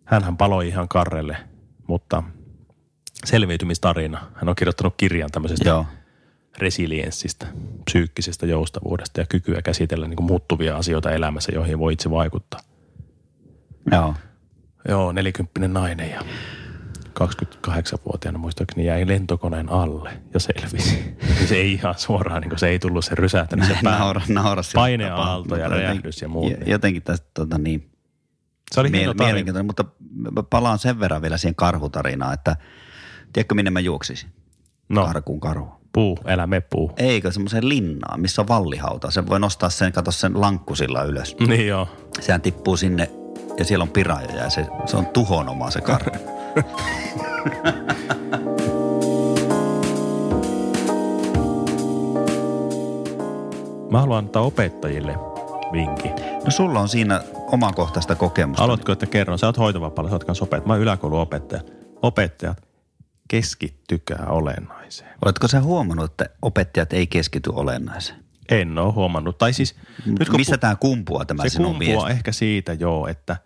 Speaker 3: Hänhän paloi ihan karrelle, mutta selviytymistarina. Hän on kirjoittanut kirjan tämmöisestä
Speaker 4: Joo.
Speaker 3: resilienssistä, psyykkisestä joustavuudesta ja kykyä käsitellä niin kuin muuttuvia asioita elämässä, joihin voi itse vaikuttaa.
Speaker 4: Joo.
Speaker 3: Joo, nelikymppinen nainen ja 28-vuotiaana muistaakseni jäi lentokoneen alle ja selvisi. [LAUGHS] se ei ihan suoraan, niin se ei tullut se rysähtänyt se pää.
Speaker 4: Naura, naura sillä
Speaker 3: Paineaalto
Speaker 4: tapaa.
Speaker 3: ja
Speaker 4: Mutta
Speaker 3: räjähdys ja muut.
Speaker 4: jo- Jotenkin tästä tota niin,
Speaker 3: [LAUGHS] Se oli hieno
Speaker 4: miel-
Speaker 3: tarina.
Speaker 4: mielenkiintoinen, mutta mä palaan sen verran vielä siihen karhutarinaan, että tiedätkö minne mä juoksisin?
Speaker 3: No,
Speaker 4: Karkuun karhuun.
Speaker 3: puu, älä me puu.
Speaker 4: Eikö semmoiseen linnaan, missä on vallihauta. Sen voi nostaa sen, kato sen lankkusilla ylös.
Speaker 3: Niin joo.
Speaker 4: Sehän tippuu sinne ja siellä on pirajoja ja se, se on tuhonomaa se karhu.
Speaker 3: [LAUGHS] Mä haluan antaa opettajille vinkin.
Speaker 4: No sulla on siinä omakohtaista kokemusta.
Speaker 3: Haluatko, että kerron? Sä oot hoitovapaalla, sä oot kanssa opettaja. Mä oon yläkouluopettaja. Opettajat, keskittykää olennaiseen.
Speaker 4: Oletko sä huomannut, että opettajat ei keskity olennaiseen?
Speaker 3: En ole huomannut. Tai siis, nyt kun
Speaker 4: Mistä tämä kumpuaa tämä
Speaker 3: se
Speaker 4: sinun viesti?
Speaker 3: kumpuaa ehkä siitä joo, että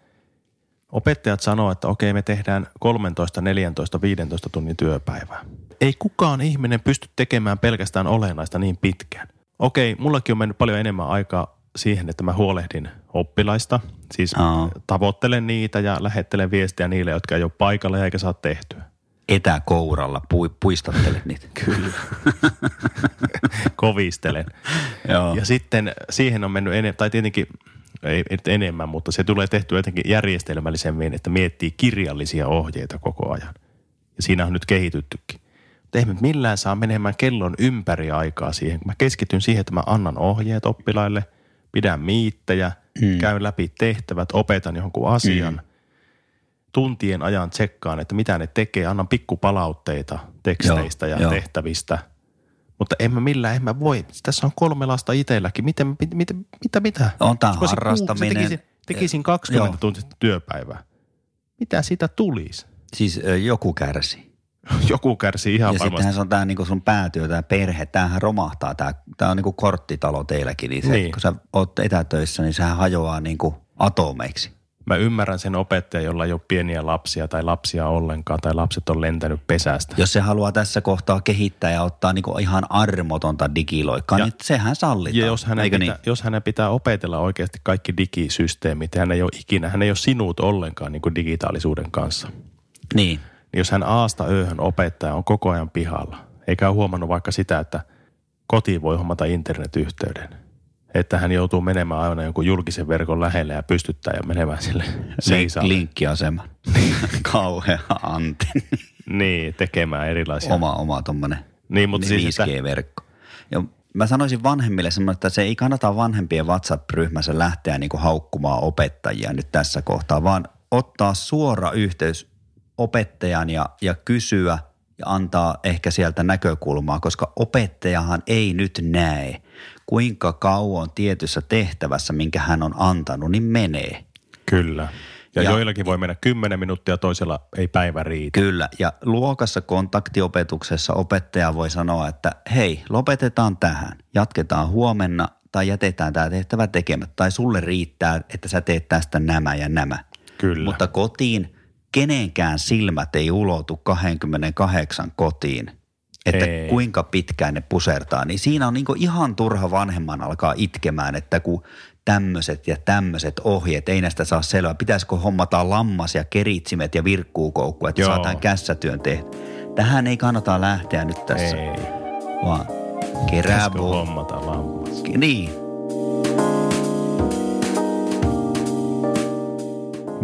Speaker 3: opettajat sanoo, että okei me tehdään 13, 14, 15 tunnin työpäivää. ei kukaan ihminen pysty tekemään pelkästään olennaista niin pitkään. Okei, mullakin on mennyt paljon enemmän aikaa siihen, että mä huolehdin oppilaista. Siis
Speaker 4: Aa.
Speaker 3: tavoittelen niitä ja lähettelen viestiä niille, jotka ei ole paikalla ja eikä saa tehtyä. [LAUGHS]
Speaker 4: Etäkouralla pui, puistattelet niitä. Kyllä.
Speaker 3: Kovistelen.
Speaker 4: Joo.
Speaker 3: Ja sitten siihen on mennyt enemmän, tai tietenkin ei ei nyt enemmän, mutta se tulee tehtyä jotenkin järjestelmällisemmin, että miettii kirjallisia ohjeita koko ajan. Ja siinä on nyt kehityttykin. Mutta eihän me millään saa menemään kellon ympäri aikaa siihen. Mä keskityn siihen, että mä annan ohjeet oppilaille, pidän miittejä, mm. käyn läpi tehtävät, opetan jonkun asian. Mm. Tuntien ajan tsekkaan, että mitä ne tekee, annan pikkupalautteita teksteistä
Speaker 4: Joo,
Speaker 3: ja
Speaker 4: joo.
Speaker 3: tehtävistä – mutta en mä millään, en mä voi. Tässä on kolme lasta itselläkin. Miten, mit, mit, mitä, mitä?
Speaker 4: On tää
Speaker 3: Jos mä olisin kuul-
Speaker 4: Ah, harrastaminen. Eh,
Speaker 3: se Tekisin, tekisin 20
Speaker 4: Joo.
Speaker 3: tuntista työpäivää. Mitä sitä tulisi? [LAUGHS]
Speaker 4: Siis ö, joku kärsii.
Speaker 3: Joku kärsii ihan
Speaker 4: ja
Speaker 3: varmasti.
Speaker 4: sittenhän se on tämä niinku sun päätyö, tämä perhe, tämähän romahtaa, tämä, tämä on niinku korttitalo teilläkin, niin, se,
Speaker 3: Niin.
Speaker 4: niin. kun sä oot etätöissä, niin sehän hajoaa niinku atomeiksi.
Speaker 3: Mä ymmärrän sen opettajan, jolla ei ole pieniä lapsia tai lapsia ollenkaan tai lapset on lentänyt pesästä.
Speaker 4: Jos se haluaa tässä kohtaa kehittää ja ottaa niinku ihan armotonta digiloikkaa,
Speaker 3: Ja-
Speaker 4: niin sehän sallitaan.
Speaker 3: Ja jos hänen,
Speaker 4: Eikö
Speaker 3: pitää, niin? jos hänen pitää opetella oikeasti kaikki digisysteemit, hän ei ole ikinä, hän ei ole sinut ollenkaan niin kuin digitaalisuuden kanssa.
Speaker 4: niin?
Speaker 3: niin jos hän aasta ööhön opettaja on koko ajan pihalla, eikä ole huomannut vaikka sitä, että kotiin voi hommata internetyhteyden, että hän joutuu menemään aina jonkun julkisen verkon lähelle ja pystyttää ja menemään sille
Speaker 4: Niin,
Speaker 3: seisalle.
Speaker 4: linkkiasema. [LAUGHS] Kauhea antenni.
Speaker 3: Niin, tekemään erilaisia.
Speaker 4: Oma, oma tommonen
Speaker 3: Niin, mutta
Speaker 4: niin
Speaker 3: siis sitä-
Speaker 4: 5G-verkko. Ja mä sanoisin vanhemmille semmoinen, että se ei kannata vanhempien WhatsApp-ryhmässä lähteä niinku haukkumaan opettajia nyt tässä kohtaa, vaan ottaa suora yhteys opettajan ja, ja kysyä ja antaa ehkä sieltä näkökulmaa, koska opettajahan ei nyt näe, kuinka kauan tietyssä tehtävässä, minkä hän on antanut, niin menee.
Speaker 3: Kyllä. Ja, ja
Speaker 4: Ja-
Speaker 3: joillakin voi mennä 10 minuuttia, toisella ei päivä riitä.
Speaker 4: Kyllä, ja luokassa kontaktiopetuksessa opettaja voi sanoa, että hei, lopetetaan tähän, jatketaan huomenna tai jätetään tämä tehtävä tekemättä tai sulle riittää, että sä teet tästä nämä ja nämä.
Speaker 3: Kyllä.
Speaker 4: Mutta kotiin kenenkään silmät ei ulotu 28 kotiin, että
Speaker 3: Ei.
Speaker 4: ei. kuinka pitkään ne pusertaa. Niin siinä on niinku ihan turha vanhemman alkaa itkemään, että kun tämmöiset ja tämmöiset ohjeet, ei näistä saa selvää. Pitäisikö hommata lammas ja keritsimet ja virkkuukoukku, että
Speaker 3: Joo.
Speaker 4: saadaan kässätyön tehty. Tähän ei kannata lähteä nyt tässä, ei.
Speaker 3: Ei.
Speaker 4: vaan kerää
Speaker 3: Pitäisikö
Speaker 4: bo-
Speaker 3: hommata lammas?
Speaker 4: Niin,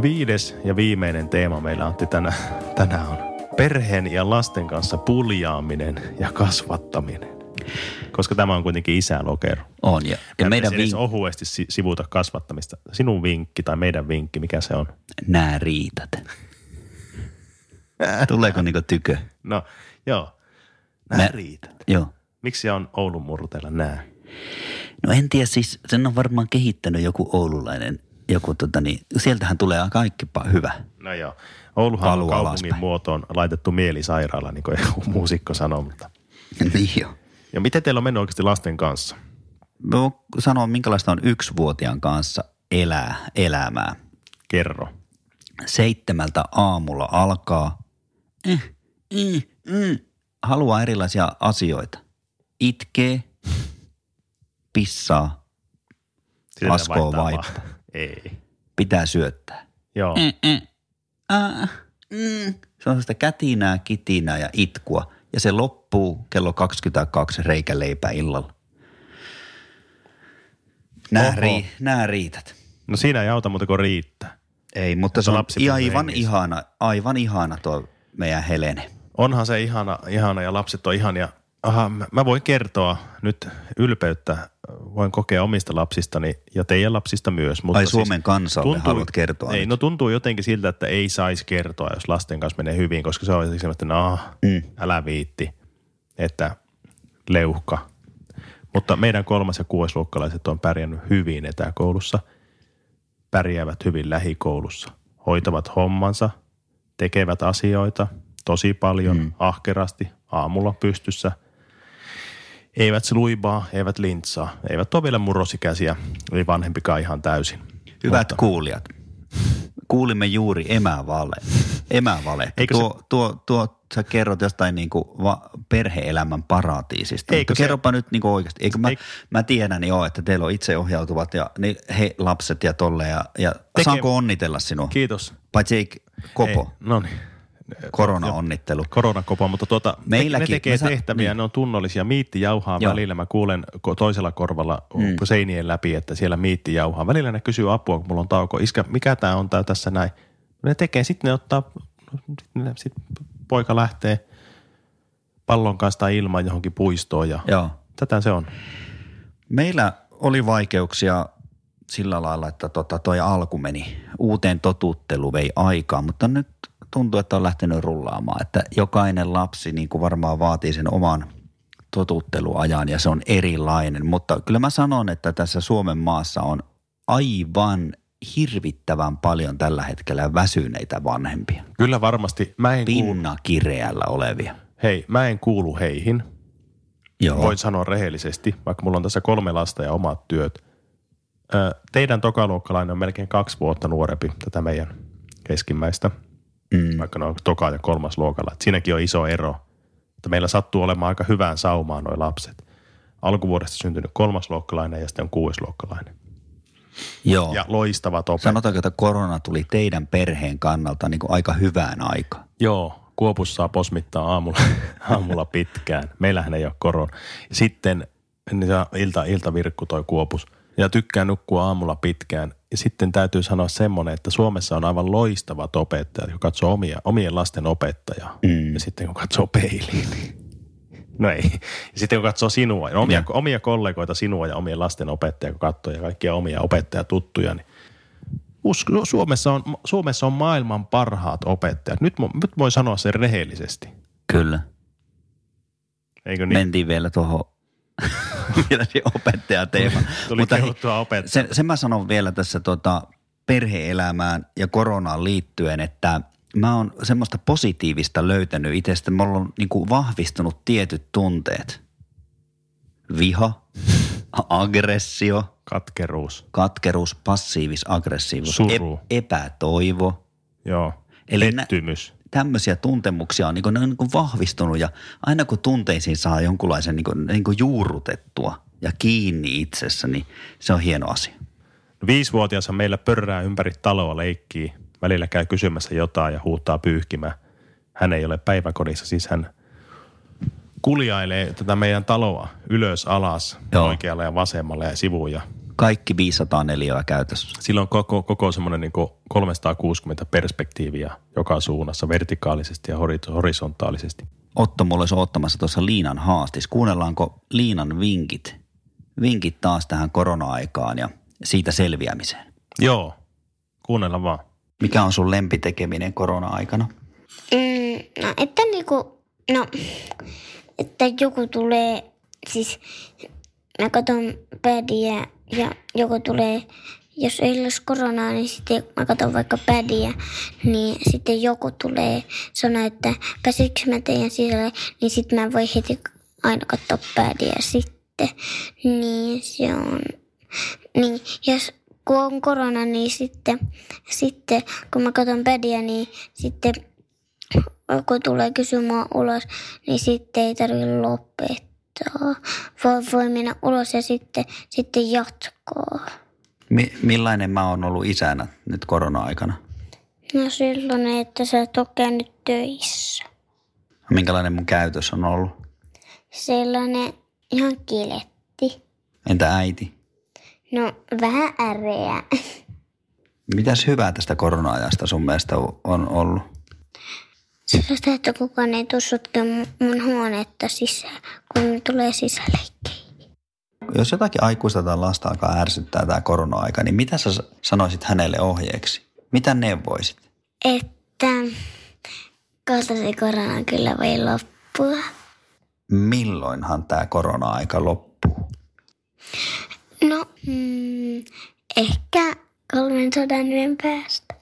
Speaker 3: Viides ja viimeinen teema meillä Antti tänään, tänään on perheen ja lasten kanssa puljaaminen ja kasvattaminen. Koska tämä on kuitenkin isälokero.
Speaker 4: on. Ja, ja meidän
Speaker 3: vink...
Speaker 4: vink-
Speaker 3: ohuesti si- sivuta kasvattamista. Sinun vinkki tai meidän vinkki, mikä se on?
Speaker 4: nää riitat. Tuleeko niinku tykö?
Speaker 3: No, joo. Nää
Speaker 4: Mä-
Speaker 3: riitä.
Speaker 4: Joo.
Speaker 3: Miksi se on Oulun murteella nää?
Speaker 4: No en tiedä, siis sen on varmaan kehittänyt joku oululainen, joku tota niin, sieltähän tulee kaikki pa- hyvä.
Speaker 3: No joo. Ouluhan
Speaker 4: Paluu
Speaker 3: on kaupungin
Speaker 4: alaspäin.
Speaker 3: muotoon laitettu mielisairaala, niin kuin joku muusikko sanoo. Mutta.
Speaker 4: niin jo.
Speaker 3: Ja miten teillä on mennyt oikeasti lasten kanssa?
Speaker 4: Mä voin sanoa, minkälaista on yksivuotiaan kanssa elää elämää.
Speaker 3: Kerro.
Speaker 4: Seitsemältä aamulla alkaa, eh, eh, eh, haluaa erilaisia asioita. Itkee, pissaa,
Speaker 3: Sitä
Speaker 4: Laskoo
Speaker 3: vaihtaa
Speaker 4: vaippa.
Speaker 3: vaan. Ei.
Speaker 4: pitää syöttää.
Speaker 3: Joo.
Speaker 4: Äh, mm. Eh, Se on sitä kätinää, kitinää ja itkua. Ja se loppuu kello 22 reikäleipää illalla. Nää,
Speaker 3: Oho.
Speaker 4: ri, nää riität.
Speaker 3: No siinä ei auta muuta kuin riittää.
Speaker 4: Ei, mutta
Speaker 3: Että
Speaker 4: se on
Speaker 3: lapsi pysyy
Speaker 4: aivan
Speaker 3: hengissä.
Speaker 4: ihana, aivan ihana tuo meidän Helene.
Speaker 3: Onhan se ihana, ihana ja lapset on ihania. Aha, mä, mä voin kertoa nyt ylpeyttä, voin kokea omista lapsistani ja teidän lapsista myös. Mutta siis
Speaker 4: Ai Suomen kansalle haluat kertoa
Speaker 3: Ei,
Speaker 4: nyt?
Speaker 3: no tuntuu jotenkin siltä, että ei saisi kertoa, jos lasten kanssa menee hyvin, koska se on jotenkin semmoista, että no, mm. älä viitti, että leuhka. Mutta meidän kolmas ja kuudesluokkalaiset on pärjännyt hyvin etäkoulussa, pärjäävät hyvin lähikoulussa, hoitavat hommansa, tekevät asioita tosi paljon, mm. ahkerasti, aamulla pystyssä. Eivät sluibaa, eivät lintsaa, eivät ole vielä murrosikäisiä, ei vanhempikaan ihan täysin.
Speaker 4: Hyvät kuulijat, kuulimme juuri emävale. Emävale.
Speaker 3: Eikö
Speaker 4: tuo, tuo, tuo, sä kerrot jostain niin kuin va- perhe-elämän paratiisista.
Speaker 3: Eikö
Speaker 4: Mutta
Speaker 3: se-
Speaker 4: kerropa nyt niin kuin oikeasti. Eikö mä,
Speaker 3: Eik-
Speaker 4: mä tiedän jo, että teillä on itseohjautuvat ja niin he lapset ja tolle. Ja, ja
Speaker 3: Teke-
Speaker 4: saanko onnitella sinua?
Speaker 3: Kiitos.
Speaker 4: Paitsi ei kopo,
Speaker 3: Ei, No niin.
Speaker 4: korona-onnittelu.
Speaker 3: Koronakopa, mutta tuota,
Speaker 4: Meilläkin.
Speaker 3: ne tekee
Speaker 4: Mä sa-
Speaker 3: tehtäviä,
Speaker 4: niin.
Speaker 3: ne on tunnollisia. Miitti jauhaa
Speaker 4: Joo.
Speaker 3: Joo. välillä, mä kuulen ko- toisella korvalla mm. seinien läpi, että siellä miitti jauhaa. Välillä ne kysyy apua, kun mulla on tauko. Iskä, mikä tämä on tää tässä näin? Ne tekee, sitten ne ottaa, ne- sit poika lähtee pallon kanssa tai ilman johonkin puistoon ja
Speaker 4: Joo.
Speaker 3: tätä se on.
Speaker 4: Meillä oli vaikeuksia sillä lailla, että tota toi alku meni. Uuteen totuttelu vei aikaa, mutta nyt tuntuu, että on lähtenyt rullaamaan. Että jokainen lapsi niin kuin varmaan vaatii sen oman totutteluajan ja se on erilainen. Mutta kyllä mä sanon, että tässä Suomen maassa on aivan hirvittävän paljon tällä hetkellä väsyneitä vanhempia.
Speaker 3: Kyllä varmasti, mä en, kuulu,
Speaker 4: Pinnakireällä olevia.
Speaker 3: hei, mä en kuulu heihin.
Speaker 4: Joo.
Speaker 3: Voin sanoa rehellisesti, vaikka mulla on tässä kolme lasta ja omat työt. Ö, teidän tokaluokkalainen on melkein kaksi vuotta nuorempi tätä meidän keskimmäistä, mm. vaikka ne on toka- ja kolmas luokalla. Et siinäkin on iso ero, että meillä sattuu olemaan aika hyvään saumaan nuo lapset. Alkuvuodesta syntynyt kolmasluokkalainen ja sitten on kuudesluokkalainen.
Speaker 4: Joo.
Speaker 3: Ja loistavat opettajat.
Speaker 4: Sanotaanko, että korona tuli teidän perheen kannalta niin kuin aika hyvään aikaan?
Speaker 3: Joo, Kuopussa saa posmittaa aamulla, [LAUGHS] aamulla pitkään. Meillähän ei ole koron. Sitten niin se on ilta, iltavirkku toi Kuopus. Ja tykkää nukkua aamulla pitkään. Ja sitten täytyy sanoa semmoinen, että Suomessa on aivan loistavat opettajat, kun katsoo omia, omien lasten opettajaa. Mm. Ja sitten kun katsoo peiliin, niin... No ei. Ja sitten kun katsoo sinua, ja omia, omia kollegoita sinua ja omien lasten opettajia, kun katsoo ja kaikkia omia opettajatuttuja, niin Usko, no Suomessa, on, Suomessa on maailman parhaat opettajat. Nyt, mo- nyt voi sanoa sen rehellisesti.
Speaker 4: Kyllä.
Speaker 3: Eikö
Speaker 4: Niin.
Speaker 3: niin?
Speaker 4: Mentiin vielä tuohon
Speaker 3: [LAUGHS]
Speaker 4: vielä siihen opettajateemaan.
Speaker 3: Tuli
Speaker 4: [LAUGHS] Mutta
Speaker 3: kehuttua opettajaa.
Speaker 4: sen, sen mä sanon vielä tässä tota perhe-elämään ja koronaan liittyen, että mä oon semmoista positiivista löytänyt itsestä. Mulla on niin kuin vahvistunut tietyt tunteet.
Speaker 3: [LAUGHS]
Speaker 4: Viha, aggressio,
Speaker 3: Katkeruus.
Speaker 4: katkeruus, passiivis-aggressiivisuus,
Speaker 3: Suru.
Speaker 4: epätoivo –
Speaker 3: Joo.
Speaker 4: Eli
Speaker 3: Eli
Speaker 4: nä-
Speaker 3: Pettymys.
Speaker 4: tämmöisiä tuntemuksia on, niin ne on niin vahvistunut ja aina kun tunteisiin saa jonkunlaisen niin kuin, niin kuin juurrutettua ja kiinni itsessä, niin se on hieno asia.
Speaker 3: Viisivuotiaassa meillä pörrää ympäri taloa leikkii. Välillä käy kysymässä jotain ja huutaa pyyhkimään. Hän ei ole päiväkodissa, siis hän kuljailee tätä meidän taloa ylös, alas,
Speaker 4: Joo.
Speaker 3: Joo. oikealle ja vasemmalle ja sivuun. Ja
Speaker 4: Kaikki 504 käytössä.
Speaker 3: sillä on koko, koko semmoinen niin 360 perspektiiviä joka suunnassa, vertikaalisesti ja hori- horisontaalisesti.
Speaker 4: Otto mulla olisi ottamassa tuossa Liinan haastis. Kuunnellaanko Liinan vinkit? Vinkit taas tähän korona-aikaan ja siitä selviämiseen.
Speaker 3: Joo, kuunnella vaan.
Speaker 4: Mikä on sun lempitekeminen korona-aikana?
Speaker 5: Mm, no, että niinku, no, että joku tulee, siis mä katon pädiä ja joku tulee, jos ei olisi koronaa, niin sitten mä katon vaikka pädiä, niin sitten joku tulee sanoa, että pääsitkö mä teidän sisälle, niin sitten mä voi heti aina katsoa pädiä sitten. Niin se on, niin jos kun on korona, niin sitten, sitten kun mä katson pädiä, niin sitten kun tulee kysymään ulos, niin sitten ei tarvitse lopettaa. Voi, voi mennä ulos ja sitten, sitten jatkaa.
Speaker 4: Mi- millainen mä oon ollut isänä nyt korona-aikana?
Speaker 5: No silloin, että sä et ole käynyt töissä.
Speaker 4: Minkälainen mun käytös on ollut?
Speaker 5: Sellainen ihan kiletti.
Speaker 4: Entä äiti?
Speaker 5: No vähän äreä. [LAUGHS]
Speaker 4: Mitäs hyvää tästä korona-ajasta sun mielestä o- on ollut?
Speaker 5: Sellaista, että kukaan ei tuu sotkemaan mun huonetta sisään, kun ne tulee sisäleikkeihin.
Speaker 4: Jos jotakin aikuista tai lasta alkaa ärsyttää tämä korona-aika, niin mitä sä s- sanoisit hänelle ohjeeksi? Mitä neuvoisit?
Speaker 5: Että kohta se korona kyllä voi loppua.
Speaker 4: Milloinhan tämä korona-aika loppuu?
Speaker 5: No, mm, ehkä 300 yön päästä.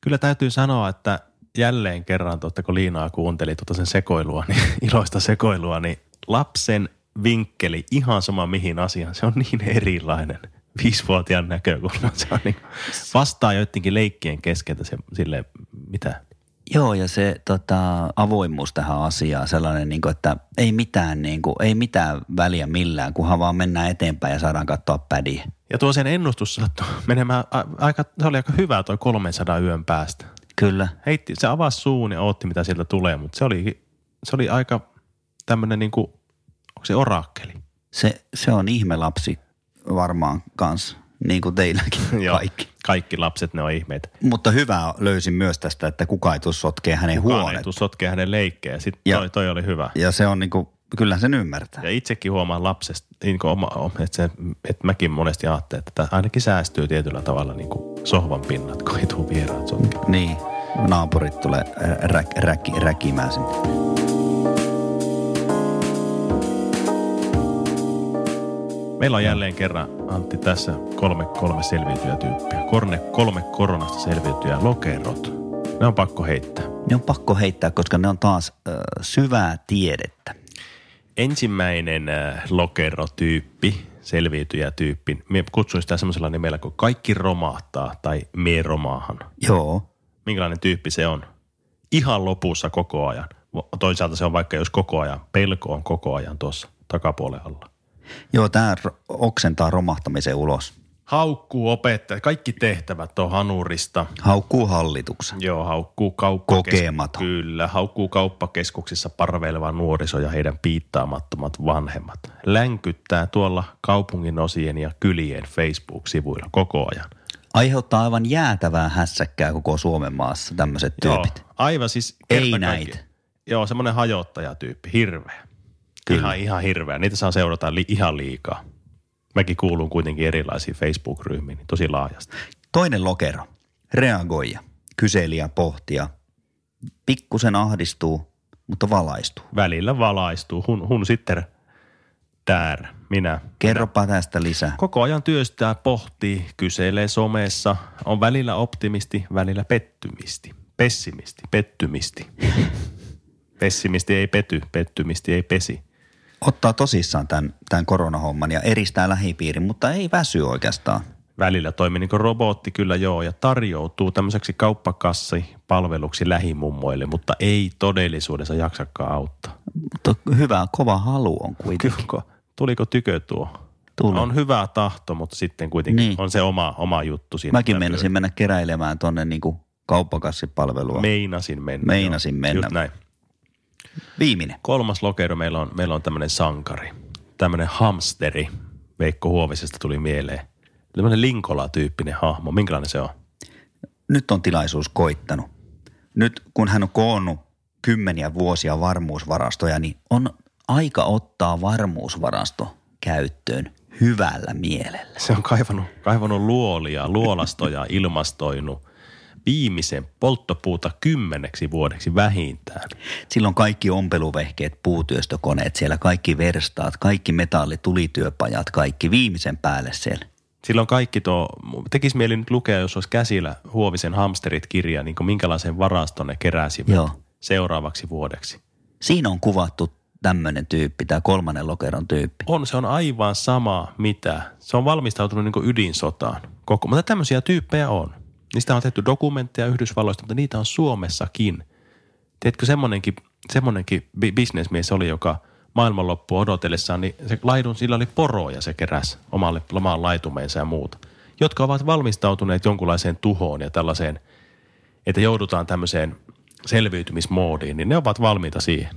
Speaker 3: Kyllä täytyy sanoa, että jälleen kerran, tuotta, kun Liinaa kuunteli tuota sen sekoilua, niin [LAUGHS] iloista sekoilua, niin lapsen vinkkeli ihan sama mihin asiaan, se on niin erilainen. viisivuotiaan näkökulmasta. Niin vastaa joidenkin leikkien keskeltä se, sille, mitä
Speaker 4: Joo, ja se tota, avoimuus tähän asiaan, sellainen, niin kuin, että ei mitään, niin kuin, ei mitään väliä millään, kunhan vaan mennään eteenpäin ja saadaan katsoa pädiä.
Speaker 3: Ja tuo sen ennustus sattui menemään, a- aika, se oli aika hyvä toi 300 yön päästä.
Speaker 4: Kyllä.
Speaker 3: Heitti, se avasi suun ja ootti mitä sieltä tulee, mutta se oli, se oli aika tämmöinen niinku, onko se orakkeli?
Speaker 4: Se, se on ihmelapsi varmaan kanssa, niin kuin teilläkin
Speaker 3: [LAUGHS] Joo.
Speaker 4: kaikki.
Speaker 3: Kaikki lapset, ne on ihmeitä.
Speaker 4: Mutta hyvää löysin myös tästä, että kuka ei tuu sotkee hänen
Speaker 3: Huone.
Speaker 4: huoneen.
Speaker 3: Tuu sotkee hänen leikkejä, sit
Speaker 4: Ja-
Speaker 3: toi, toi oli hyvä.
Speaker 4: Ja se on niin kuin, kyllä sen ymmärtää.
Speaker 3: Ja itsekin huomaan lapsesta, niin kuin oma, että, se, että mäkin monesti ajattelen, että tää ainakin säästyy tietyllä tavalla niin kuin sohvan pinnat, kun ei tuu vieraat sotkeen.
Speaker 4: Niin, naapurit tulee ä, räk, räk, räkimään sinne.
Speaker 3: Meillä on jälleen kerran, Antti, tässä kolme kolme selviytyjä tyyppiä. Korne kolme koronasta selviytyjä lokerot. Ne on pakko heittää.
Speaker 4: Ne on pakko heittää, koska ne on taas ö, syvää tiedettä.
Speaker 3: Ensimmäinen äh, lokerotyyppi, selviytyjä tyyppi, me kutsuin sitä semmoisella nimellä kuin kaikki romahtaa tai me romaahan.
Speaker 4: Joo,
Speaker 3: Minkälainen tyyppi se on? Ihan lopussa koko ajan. Vo- Toisaalta se on vaikka jos koko ajan, pelko on koko ajan tuossa takapuolen alla.
Speaker 4: joo tämä oksentaa romahtamisen ulos.
Speaker 3: Haukkuu opettajat, kaikki tehtävät on hanurista –
Speaker 4: Haukkuu hallituksen.
Speaker 3: Joo, haukkuu kauppakeskuksissa.
Speaker 4: Kokematon.
Speaker 3: Kyllä, haukkuu kauppakeskuksissa parveileva nuoriso ja heidän piittaamattomat vanhemmat. Länkyttää tuolla kaupungin osien ja kylien Facebook-sivuilla koko ajan.
Speaker 4: Aiheuttaa aivan jäätävää hässäkkää koko Suomen maassa tämmöiset tyypit.
Speaker 3: Joo, aivan siis
Speaker 4: Ei
Speaker 3: kerta
Speaker 4: näitä.
Speaker 3: kaikki- Joo, semmoinen hajottajatyyppi, hirveä.
Speaker 4: Kyllä.
Speaker 3: Ihan, ihan hirveä. Niitä saa seurata li- ihan liikaa. Mäkin kuulun kuitenkin erilaisiin Facebook-ryhmiin, niin tosi laajasti.
Speaker 4: Toinen lokero. Reagoija. Kyselijä pohtia. Pikkusen ahdistuu, mutta valaistuu.
Speaker 3: Välillä valaistuu, hun, hun sitten tär, minä,
Speaker 4: Kerropa tästä lisää.
Speaker 3: Koko ajan työstää, pohtii, kyselee somessa, on välillä optimisti, välillä pettymisti. Pessimisti, pettymisti. Pessimisti ei pety, pettymisti ei pesi.
Speaker 4: Ottaa tosissaan tämän, tämän koronahomman ja eristää lähipiirin, mutta ei väsy oikeastaan.
Speaker 3: Välillä toimii niin kuin robotti kyllä joo ja tarjoutuu tämmöiseksi kauppakassi palveluksi lähimummoille, mutta ei todellisuudessa jaksakaan auttaa.
Speaker 4: Mutta hyvä, kova halu on kuitenkin.
Speaker 3: Tuliko, tuliko tykö tuo?
Speaker 4: Tuli.
Speaker 3: On hyvä tahto, mutta sitten kuitenkin
Speaker 4: Niin.
Speaker 3: niin. on se oma, oma juttu siinä.
Speaker 4: Mäkin meinasin mennä keräilemään tuonne niinku kauppakassipalvelua. Me...
Speaker 3: Meinasin mennä.
Speaker 4: Meinasin
Speaker 3: joo.
Speaker 4: mennä.
Speaker 3: Just näin.
Speaker 4: Viimeinen.
Speaker 3: Kolmas lokero meillä on, meillä on tämmöinen sankari, tämmöinen hamsteri. Veikko Huovisesta tuli mieleen. Tämmöinen Linkola-tyyppinen hahmo. Minkälainen se on?
Speaker 4: Nyt on tilaisuus koittanut. Nyt kun hän on koonnut kymmeniä vuosia varmuusvarastoja, niin on aika ottaa varmuusvarasto käyttöön hyvällä mielellä.
Speaker 3: Se on kaivannut, kaivannut luolia, luolastoja, [LAUGHS] ilmastoinut viimeisen polttopuuta kymmeneksi vuodeksi vähintään.
Speaker 4: Silloin kaikki ompeluvehkeet, puutyöstökoneet siellä, kaikki verstaat, kaikki metallitulityöpajat, kaikki viimeisen päälle siellä.
Speaker 3: Silloin kaikki tuo, tekisi mieli nyt lukea, jos olisi käsillä Huovisen hamsterit-kirja, niin kuin minkälaisen varaston ne keräsivät
Speaker 4: Joo.
Speaker 3: seuraavaksi vuodeksi.
Speaker 4: Siinä on kuvattu tämmöinen tyyppi, tämä kolmannen lokeron tyyppi.
Speaker 3: On, se on aivan sama mitä. Se on valmistautunut niin kuin ydinsotaan. Koko, mutta tämmöisiä tyyppejä on. Niistä on tehty dokumentteja Yhdysvalloista, mutta niitä on Suomessakin. Tiedätkö, semmonenkin, semmonenkin bi- bisnesmies oli, joka maailmanloppu odotellessaan, niin se laidun, sillä oli poroja se keräs omalle omaan laitumeensa ja muuta, jotka ovat valmistautuneet jonkunlaiseen tuhoon ja tällaiseen, että joudutaan tämmöiseen selviytymismoodiin, niin ne ovat valmiita siihen.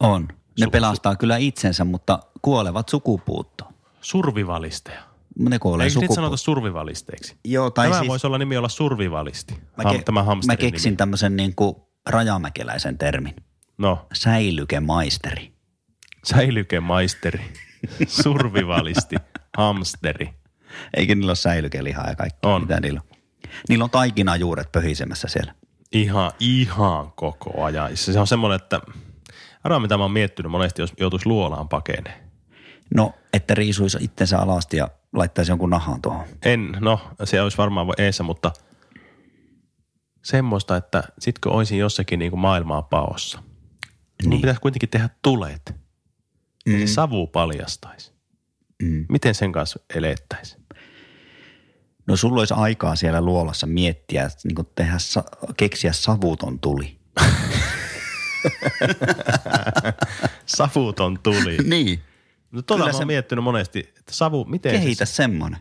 Speaker 4: On. Ne pelastaa kyllä itsensä, mutta kuolevat sukupuuttoon.
Speaker 3: Survivalisteja.
Speaker 4: Ne kuolee
Speaker 3: Eikö niitä sanota
Speaker 4: sukupuuttoon.
Speaker 3: survivalisteiksi?
Speaker 4: Joo, tai
Speaker 3: tämä
Speaker 4: siis-
Speaker 3: voisi olla nimi olla survivalisti.
Speaker 4: Mä,
Speaker 3: Ham, tämä
Speaker 4: mä
Speaker 3: hamsterin
Speaker 4: keksin
Speaker 3: Nimi.
Speaker 4: tämmöisen niin kuin rajamäkeläisen termin.
Speaker 3: No,
Speaker 4: Säilykemaisteri.
Speaker 3: säilykemaisteri,
Speaker 4: [LAUGHS]
Speaker 3: survivalisti, hamsteri.
Speaker 4: Eikä niillä ole säilykelihaa ja kaikkea.
Speaker 3: On.
Speaker 4: Mitä niillä on? Niillä on taikinajuuret pöhisemässä siellä.
Speaker 3: Ihan, ihan koko ajan. Se se on semmoinen, että arvaa mitä mä oon miettinyt monesti, jos joutuisi luolaan pakeneen.
Speaker 4: No, että riisuisi itsensä alasti ja laittaisi jonkun nahan tuohon.
Speaker 3: En, no se olisi varmaan eessä, mutta semmoista, että sit kun olisin jossakin niin kuin maailmaa paossa, niin. niin pitäisi kuitenkin tehdä tulet. Mm. Se savu paljastaisi. Mm. Miten sen kanssa elettäisiin?
Speaker 4: No sulla olisi aikaa siellä luolassa miettiä, että niin tehdä, sa- keksiä savuton tuli.
Speaker 3: Savuton
Speaker 4: [LAUGHS]
Speaker 3: tuli.
Speaker 4: niin.
Speaker 3: No tuolla
Speaker 4: Kyllä
Speaker 3: mä
Speaker 4: se-
Speaker 3: oon miettinyt monesti, että savu, miten
Speaker 4: Kehitä
Speaker 3: Se,
Speaker 4: semmoinen.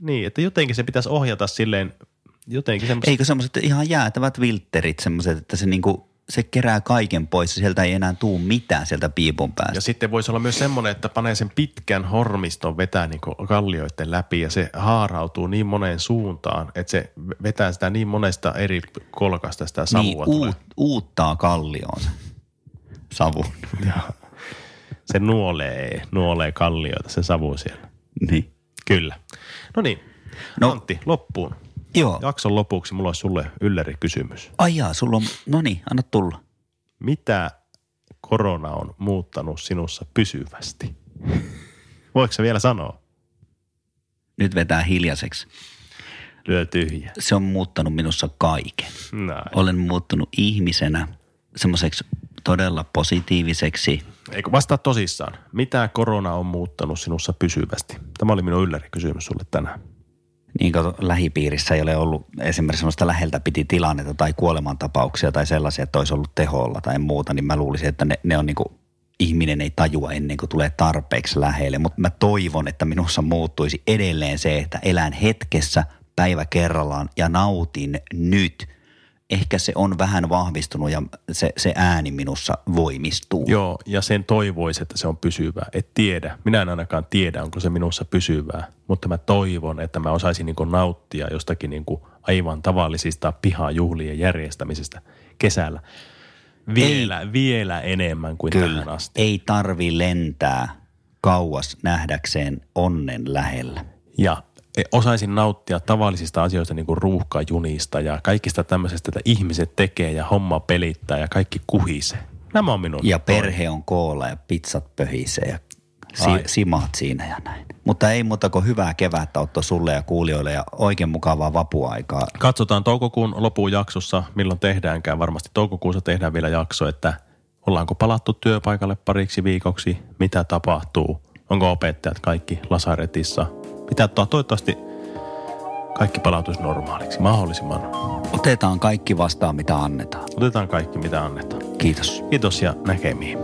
Speaker 3: niin, että jotenkin se pitäisi ohjata silleen, jotenkin semmoista.
Speaker 4: Eikö semmoiset ihan jäätävät viltterit semmoiset, että se niinku, se kerää kaiken pois ja sieltä ei enää tuu mitään sieltä piipun päästä.
Speaker 3: Ja sitten voisi olla myös semmoinen, että panee sen pitkän hormiston vetää niin kallioiden läpi ja se haarautuu niin moneen suuntaan, että se vetää sitä niin monesta eri kolkasta sitä
Speaker 4: niin
Speaker 3: savua. tulee.
Speaker 4: uut, uuttaa kallioon se savu.
Speaker 3: [LAUGHS] Se nuolee, nuolee kallioita se savu siellä.
Speaker 4: [LAUGHS] niin.
Speaker 3: Kyllä. No niin,
Speaker 4: No.
Speaker 3: no. Antti, loppuun.
Speaker 4: Joo.
Speaker 3: Jakson lopuksi mulla olisi sulle ylläri kysymys.
Speaker 4: Ai jaa, sulla on, no niin, anna tulla.
Speaker 3: Mitä korona on muuttanut sinussa pysyvästi? Voiko se vielä sanoa?
Speaker 4: Nyt vetää hiljaiseksi.
Speaker 3: Lyö tyhjä.
Speaker 4: Se on muuttanut minussa kaiken.
Speaker 3: Näin.
Speaker 4: Olen muuttunut ihmisenä semmoiseksi todella positiiviseksi.
Speaker 3: Eikö vastaa tosissaan. Mitä korona on muuttanut sinussa pysyvästi? Tämä oli minun ylläri kysymys sulle tänään.
Speaker 4: Niin kuin lähipiirissä ei ole ollut esimerkiksi semmoista läheltä piti tilannetta tai kuolemantapauksia tai sellaisia, että olisi ollut teholla tai muuta, niin mä luulisin, että ne, ne on niin kuin, ihminen ei tajua ennen kuin tulee tarpeeksi lähelle. Mutta mä toivon, että minussa muuttuisi edelleen se, että elän hetkessä päivä kerrallaan ja nautin nyt. Ehkä se on vähän vahvistunut ja se, se ääni minussa voimistuu.
Speaker 3: Joo, ja sen toivois, että se on pysyvää. Et tiedä. Minä en ainakaan tiedä, onko se minussa pysyvää. Mutta mä toivon, että mä osaisin niin nauttia jostakin niin aivan tavallisista pihajuhlien järjestämisestä kesällä. Vielä, Ei. vielä enemmän kuin Kyllä. tähän asti.
Speaker 4: Ei tarvi lentää kauas nähdäkseen onnen lähellä.
Speaker 3: Ja osaisin nauttia tavallisista asioista, niin kuin ruuhkajunista ja kaikista tämmöisestä, että ihmiset tekee ja homma pelittää ja kaikki kuhisee. Nämä on minun.
Speaker 4: Ja
Speaker 3: toive.
Speaker 4: perhe on koolla ja pizzat pöhisee ja si-
Speaker 3: Ai.
Speaker 4: simat siinä ja näin. Mutta ei muuta kuin hyvää kevättä Otto sulle ja kuulijoille ja oikein mukavaa vapuaikaa.
Speaker 3: Katsotaan toukokuun lopun jaksossa, milloin tehdäänkään. Varmasti toukokuussa tehdään vielä jakso, että ollaanko palattu työpaikalle pariksi viikoksi, mitä tapahtuu, onko opettajat kaikki lasaretissa. Mitä to- toivottavasti kaikki palautuisi normaaliksi mahdollisimman.
Speaker 4: Otetaan kaikki vastaan mitä annetaan.
Speaker 3: Otetaan kaikki, mitä annetaan.
Speaker 4: Kiitos.
Speaker 3: Kiitos ja näkemiin.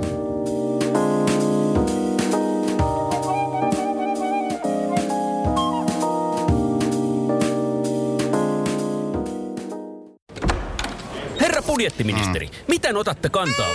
Speaker 6: Herra budjettiministeri, mm. miten otatte kantaa?